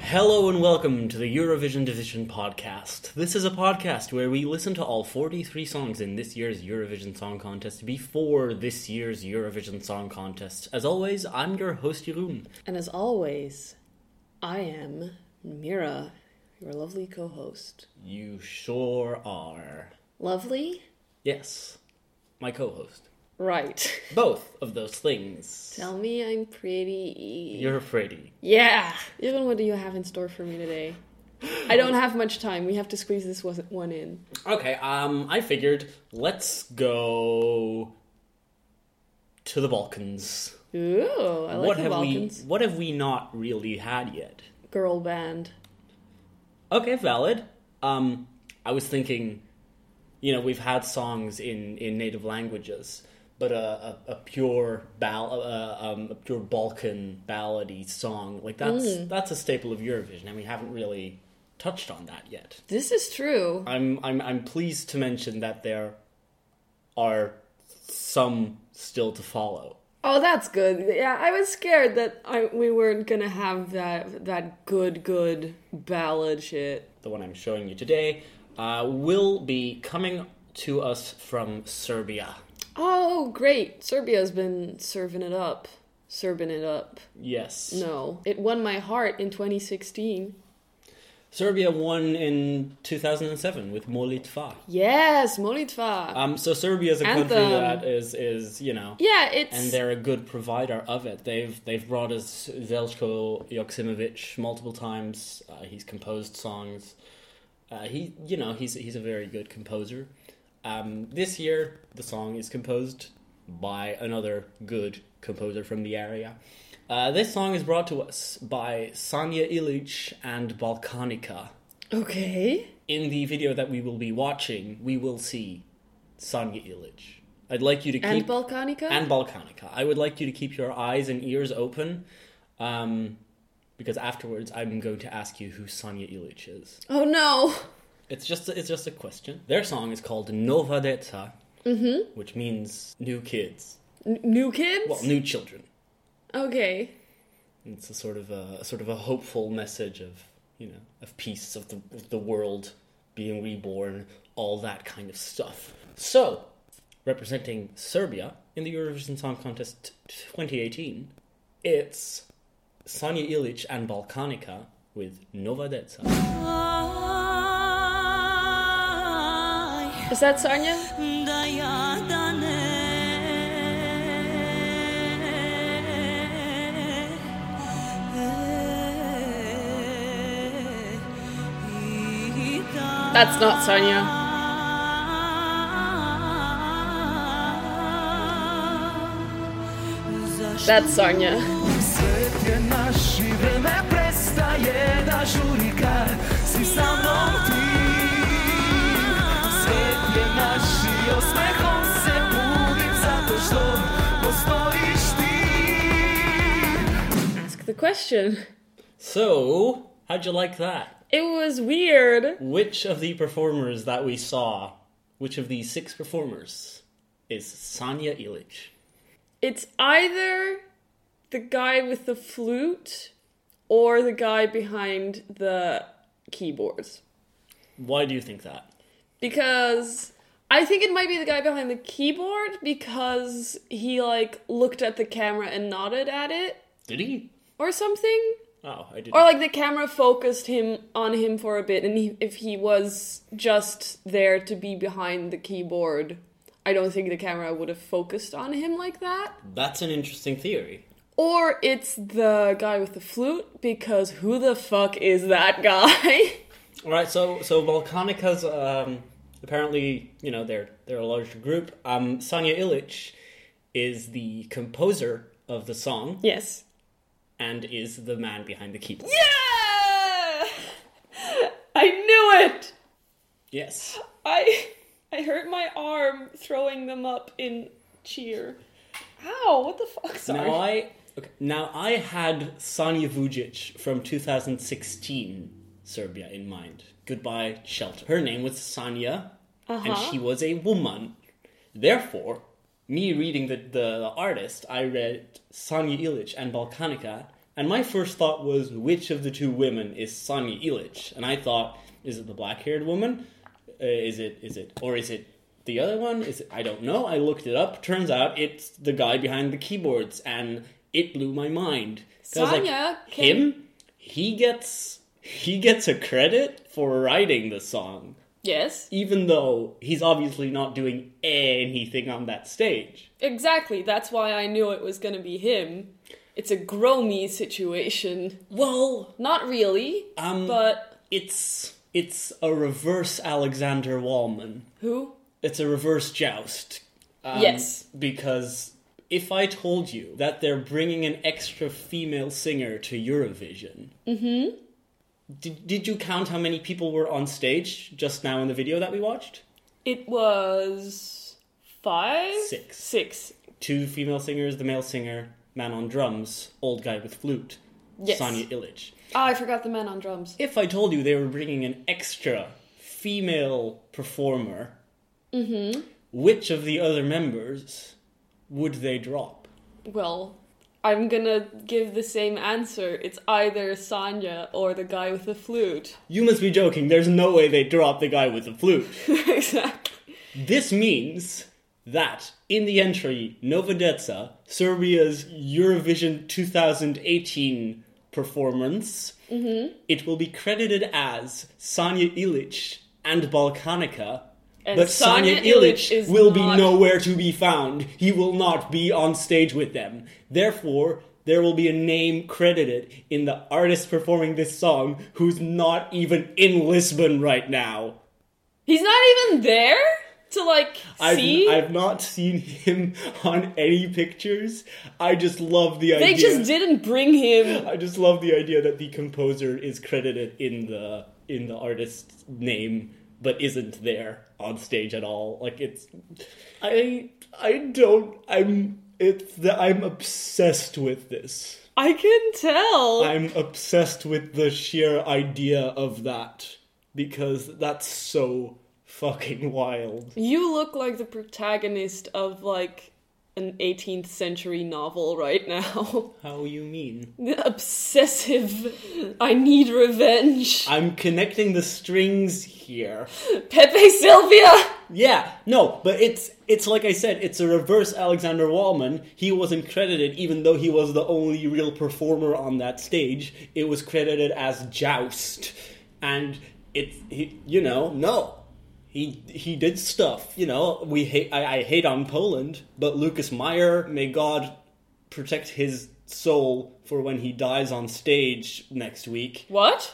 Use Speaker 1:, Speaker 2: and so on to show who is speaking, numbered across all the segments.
Speaker 1: Hello and welcome to the Eurovision Division podcast. This is a podcast where we listen to all 43 songs in this year's Eurovision Song Contest before this year's Eurovision Song Contest. As always, I'm your host Jeroen.
Speaker 2: And as always, I am Mira, your lovely co host.
Speaker 1: You sure are.
Speaker 2: Lovely?
Speaker 1: Yes, my co-host.
Speaker 2: Right.
Speaker 1: Both of those things.
Speaker 2: Tell me I'm pretty.
Speaker 1: You're pretty.
Speaker 2: Yeah! Even what do you have in store for me today? I don't have much time. We have to squeeze this was- one in.
Speaker 1: Okay, um I figured let's go to the Balkans.
Speaker 2: Ooh, I like
Speaker 1: what
Speaker 2: the
Speaker 1: have
Speaker 2: Balkans.
Speaker 1: we what have we not really had yet?
Speaker 2: Girl band.
Speaker 1: Okay, valid. Um, I was thinking, you know, we've had songs in, in native languages, but a, a, a pure ball, uh, um, a pure Balkan ballady song like that's that's a staple of Eurovision, and we haven't really touched on that yet.
Speaker 2: This is true.
Speaker 1: I'm I'm I'm pleased to mention that there are some still to follow.
Speaker 2: Oh, that's good. Yeah, I was scared that I, we weren't gonna have that that good, good ballad shit.
Speaker 1: the one I'm showing you today, uh, will be coming to us from Serbia.
Speaker 2: Oh, great. Serbia's been serving it up. Serving it up.
Speaker 1: Yes.
Speaker 2: No. It won my heart in 2016.
Speaker 1: Serbia won in 2007 with Molitva.
Speaker 2: Yes, Molitva.
Speaker 1: Um, so Serbia is a country
Speaker 2: Anthem.
Speaker 1: that is, is you know,
Speaker 2: yeah, it's.
Speaker 1: and they're a good provider of it. They've they've brought us Veljko Joksimovic multiple times. Uh, he's composed songs. Uh, he you know he's he's a very good composer. Um, this year the song is composed by another good composer from the area. Uh, this song is brought to us by Sanja Ilic and Balkanica.
Speaker 2: okay.
Speaker 1: In the video that we will be watching, we will see Sanja Ilic. I'd like you to
Speaker 2: And
Speaker 1: keep
Speaker 2: Balkanica?
Speaker 1: and Balkanica. I would like you to keep your eyes and ears open, um, because afterwards I'm going to ask you who Sanja Ilic is.
Speaker 2: oh no.
Speaker 1: It's just it's just a question. Their song is called Nova Deca,
Speaker 2: Mm-hmm.
Speaker 1: which means new kids,
Speaker 2: N- new kids?
Speaker 1: well, new children.
Speaker 2: okay.
Speaker 1: It's a sort of a sort of a hopeful message of you know of peace of the of the world being reborn, all that kind of stuff. So, representing Serbia in the Eurovision Song Contest 2018, it's Sanja Ilic and Balkanica with Nova Deca.
Speaker 3: Aj,
Speaker 2: Is that Sanya?
Speaker 3: da ja da ne
Speaker 2: That's not Sanya. That's Sanya.
Speaker 4: Svet je naš i vreme prestaje da žuri kad si sa mnom ti. Svet je naš i osmehom se budim zato što postojiš ti.
Speaker 2: Ask the question.
Speaker 1: So, how'd you like that?
Speaker 2: It was weird.
Speaker 1: Which of the performers that we saw, which of these six performers, is Sanja Ilic?
Speaker 2: It's either the guy with the flute or the guy behind the keyboards.
Speaker 1: Why do you think that?
Speaker 2: because I think it might be the guy behind the keyboard because he like looked at the camera and nodded at it
Speaker 1: Did he?
Speaker 2: or something
Speaker 1: Oh, I didn't.
Speaker 2: or like the camera focused him on him for a bit and he, if he was just there to be behind the keyboard I don't think the camera would have focused on him like that
Speaker 1: That's an interesting theory.
Speaker 2: or it's the guy with the flute because who the fuck is that guy
Speaker 1: All right, so so Volcanica's um, apparently you know they're they're a large group. Um, Sanja Ilic is the composer of the song
Speaker 2: yes
Speaker 1: and is the man behind the keyboard.
Speaker 2: yeah I knew it
Speaker 1: Yes.
Speaker 2: I I hurt my arm throwing them up in cheer. Ow, what the fuck? Sorry.
Speaker 1: Now I okay, now I had Sanja Vujic from 2016 Serbia in mind. Goodbye shelter. Her name was Sanja, and
Speaker 2: Uh-huh.
Speaker 1: she was a woman. Therefore, me reading the, the, the artist, I read Sanja Ilic and Balkanica And my first thought was, which of the two women is Sonya Illich? And I thought, is it the black-haired woman? Uh, is it is it or is it the other one? Is it, I don't know. I looked it up. Turns out it's the guy behind the keyboards, and it blew my mind. 'Cause I was
Speaker 2: Sonya
Speaker 1: like,
Speaker 2: can-
Speaker 1: him, he gets he gets a credit for writing the song,
Speaker 2: Yes,
Speaker 1: even though he's obviously not doing anything on that stage.
Speaker 2: exactly. That's why I knew it was gonna be him. It's a gromy situation.
Speaker 1: Well,
Speaker 2: Not really,
Speaker 1: Um,
Speaker 2: but
Speaker 1: it's it's a reverse Alexander Wallman.
Speaker 2: who?
Speaker 1: It's a reverse joust. Um,
Speaker 2: Yes.
Speaker 1: Because if I told you that they're bringing an extra female singer to Eurovision, mm-hmm. did, did you count how many people were on stage just now in the video that we watched?
Speaker 2: It was five,
Speaker 1: Six.
Speaker 2: six.
Speaker 1: Two female singers, the male singer, man on drums, old guy with flute,
Speaker 2: Yes.
Speaker 1: Sonia Illich.
Speaker 2: Ah, I forgot the man on drums.
Speaker 1: If I told you they were bringing an extra female performer, which of the other members would they drop?
Speaker 2: Well, I'm gonna give the same answer. It's either Sanya or the guy with the flute.
Speaker 1: You must be joking. There's no way they drop the guy with the flute.
Speaker 2: exactly.
Speaker 1: this means that in the entry Novodetsa, Serbia's Eurovision 2018 performance,
Speaker 2: Mm-hmm.
Speaker 1: it will be credited as Sanja Ilic and Balkanica.
Speaker 2: And
Speaker 1: but
Speaker 2: Sanja
Speaker 1: Sanja
Speaker 2: Ilic
Speaker 1: Ilic
Speaker 2: is
Speaker 1: will be
Speaker 2: not-
Speaker 1: nowhere to be found. He will not be on stage with them. Therefore, there will be a name credited in the artist performing this song who's not even in Lisbon right now.
Speaker 2: He's not even there to like
Speaker 1: I've,
Speaker 2: see.
Speaker 1: I've not seen him on any pictures. I just love the
Speaker 2: they
Speaker 1: idea.
Speaker 2: just didn't bring him.
Speaker 1: I just love the idea that the composer is credited in the in the artist's name, but isn't there on stage at all. Like it's, I I don't. I'm it's the, I'm obsessed with this.
Speaker 2: I can tell.
Speaker 1: I'm obsessed with the sheer idea of that because that's so fucking wild.
Speaker 2: You look like the protagonist of like an 18th century novel right now.
Speaker 1: How you mean?
Speaker 2: The Obsessive. I need revenge.
Speaker 1: I'm connecting the strings here.
Speaker 2: Pepe Sylvia.
Speaker 1: Yeah, no, but it's it's like I said, it's a reverse Alexander Wallman. He wasn't credited, even though he was the only real performer on that stage. It was credited as Joust, and it's he, you know, no, he he did stuff. You know, we hate I, I hate on Poland, but Lucas Meyer, may God protect his soul for when he dies on stage next week.
Speaker 2: What?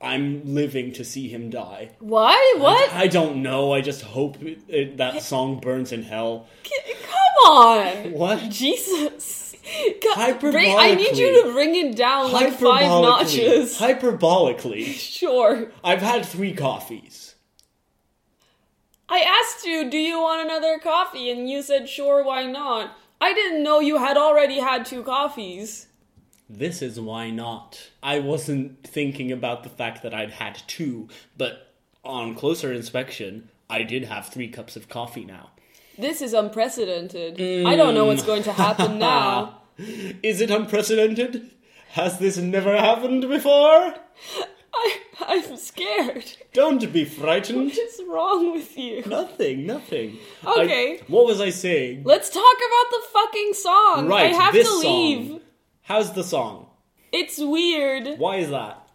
Speaker 1: I'm living to see him die.
Speaker 2: Why? What?
Speaker 1: I don't know. I just hope it, it, that song burns in hell.
Speaker 2: C- Come on.
Speaker 1: What?
Speaker 2: Jesus. Ca-
Speaker 1: Hyperbolically.
Speaker 2: Bring, I need you to bring it down like five notches.
Speaker 1: Hyperbolically.
Speaker 2: sure.
Speaker 1: I've had three coffees.
Speaker 2: I asked you, do you want another coffee? And you said, sure, why not? I didn't know you had already had two coffees.
Speaker 1: This is why not. I wasn't thinking about the fact that I'd had two, but on closer inspection, I did have three cups of coffee now.
Speaker 2: This is unprecedented. I don't know what's going to
Speaker 1: Mm.
Speaker 2: happen now.
Speaker 1: Is it unprecedented? Has this never happened before?
Speaker 2: I, I'm scared.
Speaker 1: Don't be frightened.
Speaker 2: What is wrong with you?
Speaker 1: Nothing, nothing. I-
Speaker 2: Okay.
Speaker 1: what was I saying?
Speaker 2: Let's talk about the fucking song.
Speaker 1: Right,
Speaker 2: I have
Speaker 1: this
Speaker 2: to leave.
Speaker 1: song. How's the song?
Speaker 2: It's weird
Speaker 1: Why is that?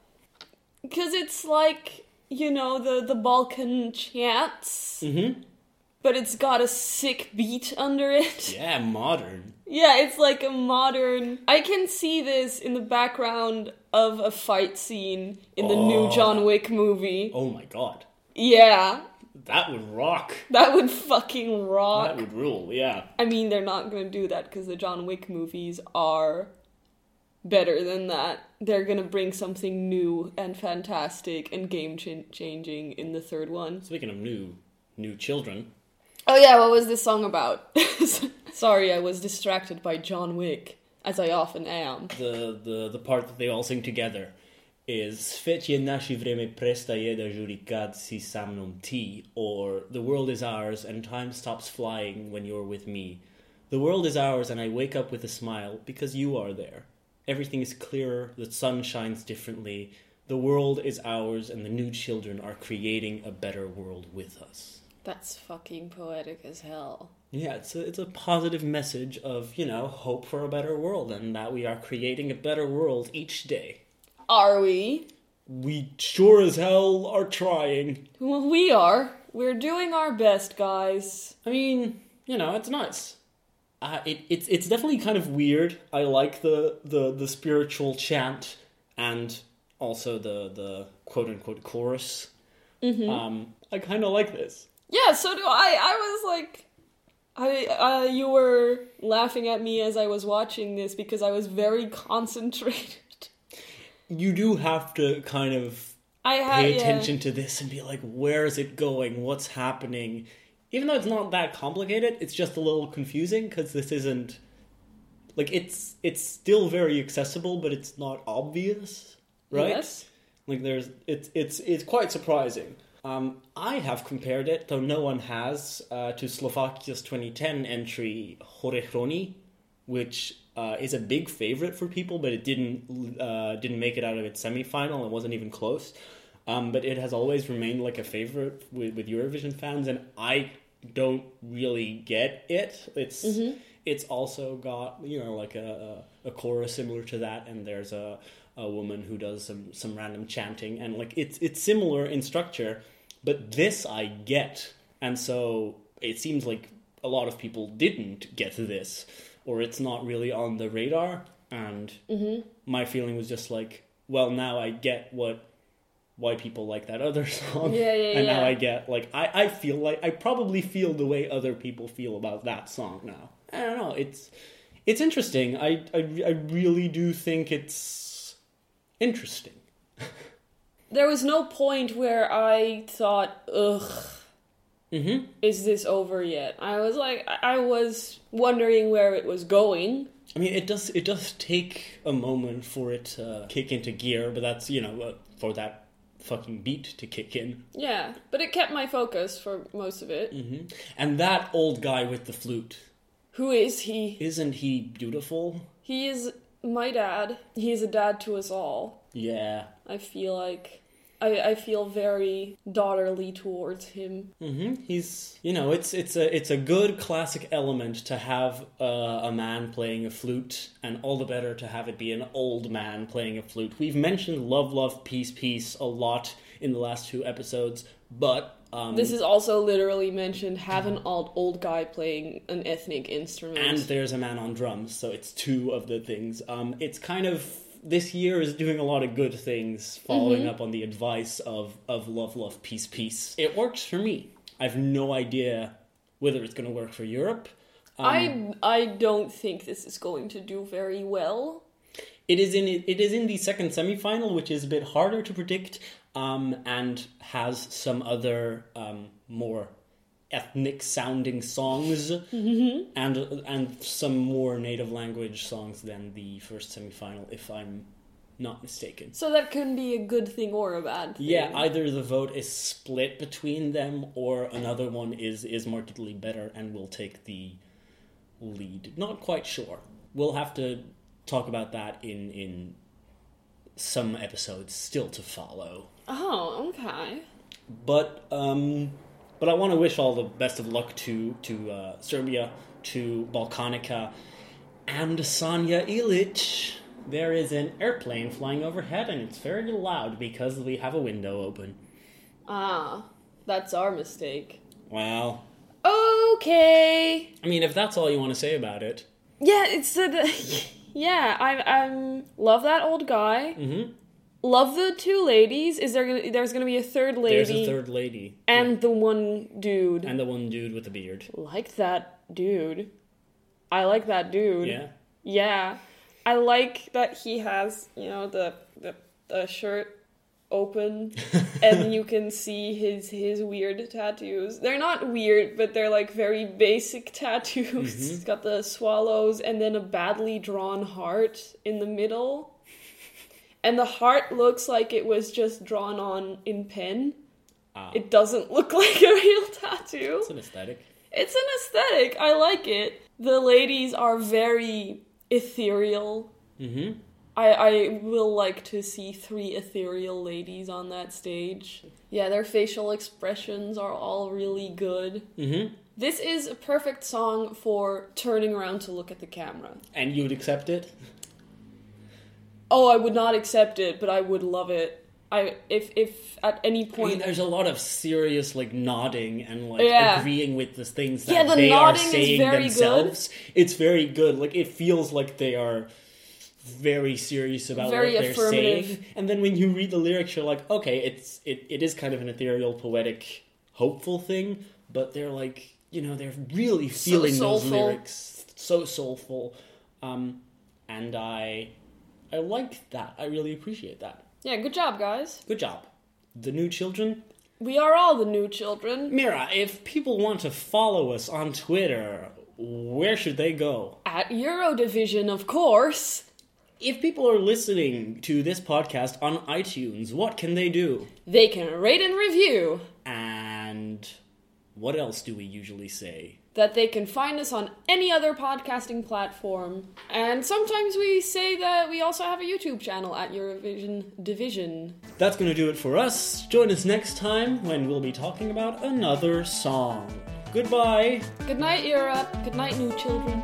Speaker 2: because it's like you know the the Balkan chants, mm-hmm. but it's got a sick beat under it.
Speaker 1: Yeah, modern.
Speaker 2: Yeah, it's like a modern. I can see this in the background of a fight scene in the new John Wick movie.
Speaker 1: Oh my god.
Speaker 2: Yeah,
Speaker 1: That would rock.
Speaker 2: that would fucking rock.
Speaker 1: That would rule, yeah.
Speaker 2: I mean, they're not gonna do that because the John Wick movies are better than that. They're gonna bring something new and fantastic and game chan- changing in the third one.
Speaker 1: Speaking of new new children.
Speaker 2: Oh yeah, what was this song about? Sorry, I was distracted by John Wick, as I often am.
Speaker 1: The the, the part that they all sing together is Svetje naše vreme prestaje da žuri kad si sa mnom ti or The world is ours and time stops flying when you're with me. The world is ours and I wake up with a smile because you are there. Everything is clearer, the sun shines differently, the world is ours, and the new children are creating a better world with us.
Speaker 2: That's fucking poetic as hell.
Speaker 1: Yeah, it's a, it's a positive message of, you know, hope for a better world and that we are creating a better world each day.
Speaker 2: Are we?
Speaker 1: We sure as hell are trying.
Speaker 2: Well, we are. We're doing our best, guys.
Speaker 1: I mean, you know, it's nice. Uh, it, it's it's definitely kind of weird. I like the, the, the spiritual chant and also the, the quote unquote chorus. Um, I kind of like this.
Speaker 2: Yeah, so do I. I was like, I uh, you were laughing at me as I was watching this because I was very concentrated.
Speaker 1: You do have to kind of
Speaker 2: I had
Speaker 1: pay
Speaker 2: yeah.
Speaker 1: attention to this and be like, where is it going? What's happening? Even though it's not that complicated, it's just a little confusing because this isn't like it's it's still very accessible, but it's not obvious, right?
Speaker 2: Yes.
Speaker 1: Like there's it's it's it's quite surprising. Um, I have compared it, though no one has, uh, to Slovakia's 2010 entry Horechroni, which uh, is a big favorite for people, but it didn't uh, didn't make it out of its semifinal. It wasn't even close. Um, but it has always remained like a favorite with, with Eurovision fans, and I don't really get it. It's it's also got you know like a, a a chorus similar to that, and there's a a woman who does some some random chanting, and like it's it's similar in structure, but this I get, and so it seems like a lot of people didn't get this, or it's not really on the radar, and my feeling was just like, well, now I get what why people like that other song.
Speaker 2: Yeah, yeah,
Speaker 1: and now
Speaker 2: yeah.
Speaker 1: I get like I, I feel like I probably feel the way other people feel about that song now. I don't know. It's it's interesting. I I, I really do think it's interesting.
Speaker 2: There was no point where I thought, ugh,
Speaker 1: Mhm.
Speaker 2: is this over yet? I was like, I I was wondering where it was going.
Speaker 1: I mean, it does it does take a moment for it to kick into gear, but that's you know uh, for that fucking beat to kick in.
Speaker 2: Yeah, but it kept my focus for most of it.
Speaker 1: Mm. And that old guy with the flute,
Speaker 2: Who is he?
Speaker 1: isn't he beautiful?
Speaker 2: He is my dad. He is a dad to us all.
Speaker 1: Yeah.
Speaker 2: I feel like I, I feel very daughterly towards him.
Speaker 1: hmm He's you know it's it's a it's a good classic element to have uh, a man playing a flute, and all the better to have it be an old man playing a flute. We've mentioned love, love, peace, peace a lot in the last two episodes, but um,
Speaker 2: This is also literally mentioned have an old old guy playing an ethnic instrument.
Speaker 1: and there's a man on drums, so it's two of the things. Um, it's kind of this year is doing a lot of good things, following up on the advice of of love, love, peace, peace. It works for me. I've no idea whether it's going to work for Europe. um,
Speaker 2: I I don't think this is going to do very well.
Speaker 1: It is in it is in the second semifinal, which is a bit harder to predict, um, and has some other um, more ethnic sounding songs and and some more native language songs than the first semifinal, if I'm not mistaken.
Speaker 2: So that can be a good thing or a bad thing.
Speaker 1: Yeah, either the vote is split between them, or another one is is markedly better and will take the lead. Not quite sure. We'll have to talk about that in in some episodes still to follow.
Speaker 2: oh, okay.
Speaker 1: But um, but I want to wish all the best of luck to to uh, Serbia, to Balkanica, and Sanja Ilic. There is an airplane flying overhead, and it's very loud because we have a window open.
Speaker 2: Ah, that's our mistake.
Speaker 1: Wow.
Speaker 2: Okay.
Speaker 1: I mean, if that's all you want to say about it,
Speaker 2: Yeah, it's the, the yeah. I I'm love that old guy.
Speaker 1: Mhm.
Speaker 2: Love the two ladies. Is there gonna there's gonna be a third lady
Speaker 1: there's a third lady
Speaker 2: and the one dude.
Speaker 1: and the one dude with the beard.
Speaker 2: like that dude. I like that dude.
Speaker 1: Yeah.
Speaker 2: Yeah. I like that he has you know the the, the shirt open and you can see his his weird tattoos. They're not weird, but they're like very basic tattoos.
Speaker 1: Mm-hmm.
Speaker 2: He's got the swallows and then a badly drawn heart in the middle. And the heart looks like it was just drawn on in pen.
Speaker 1: Ah.
Speaker 2: It doesn't look like a real tattoo.
Speaker 1: It's an aesthetic.
Speaker 2: It's an aesthetic. I like it. The ladies are very ethereal.
Speaker 1: Mm-hmm.
Speaker 2: I, I will like to see three ethereal ladies on that stage. Yeah, their facial expressions are all really good.
Speaker 1: Mm-hmm.
Speaker 2: This is a perfect song for turning around to look at the camera.
Speaker 1: And you would accept it?
Speaker 2: Oh, I would not accept it, but I would love it. I if if at any
Speaker 1: I mean,
Speaker 2: point
Speaker 1: there's a lot of serious like nodding and like
Speaker 2: Yeah.
Speaker 1: agreeing with the things that
Speaker 2: Yeah, the
Speaker 1: they are
Speaker 2: nodding is
Speaker 1: saying
Speaker 2: very good.
Speaker 1: themselves. It's very good. Like it feels like they are very serious about
Speaker 2: Very
Speaker 1: what they're
Speaker 2: affirmative.
Speaker 1: saying. And then when you read the lyrics, you're like, okay, it's it, it is kind of an ethereal, poetic, hopeful thing, but they're like, you know, they're really feeling those
Speaker 2: soulful.
Speaker 1: lyrics, so soulful. Um, and I I like that. I really appreciate that.
Speaker 2: yeah, good job, guys.
Speaker 1: Good job. The new children,
Speaker 2: We are all the new children
Speaker 1: Mira, if people want to follow us on Twitter, where should they go?
Speaker 2: at Eurodivision, of course.
Speaker 1: If people are listening to this podcast on iTunes, what can they do?
Speaker 2: They can rate and review.
Speaker 1: And what else do we usually say?
Speaker 2: that they can find us on any other podcasting platform. And sometimes we say that we also have a YouTube channel at Eurovision Division.
Speaker 1: That's going to do it for us. Join us next time when we'll be talking about another song. Goodbye.
Speaker 2: Good night, Europe. Good night, new children.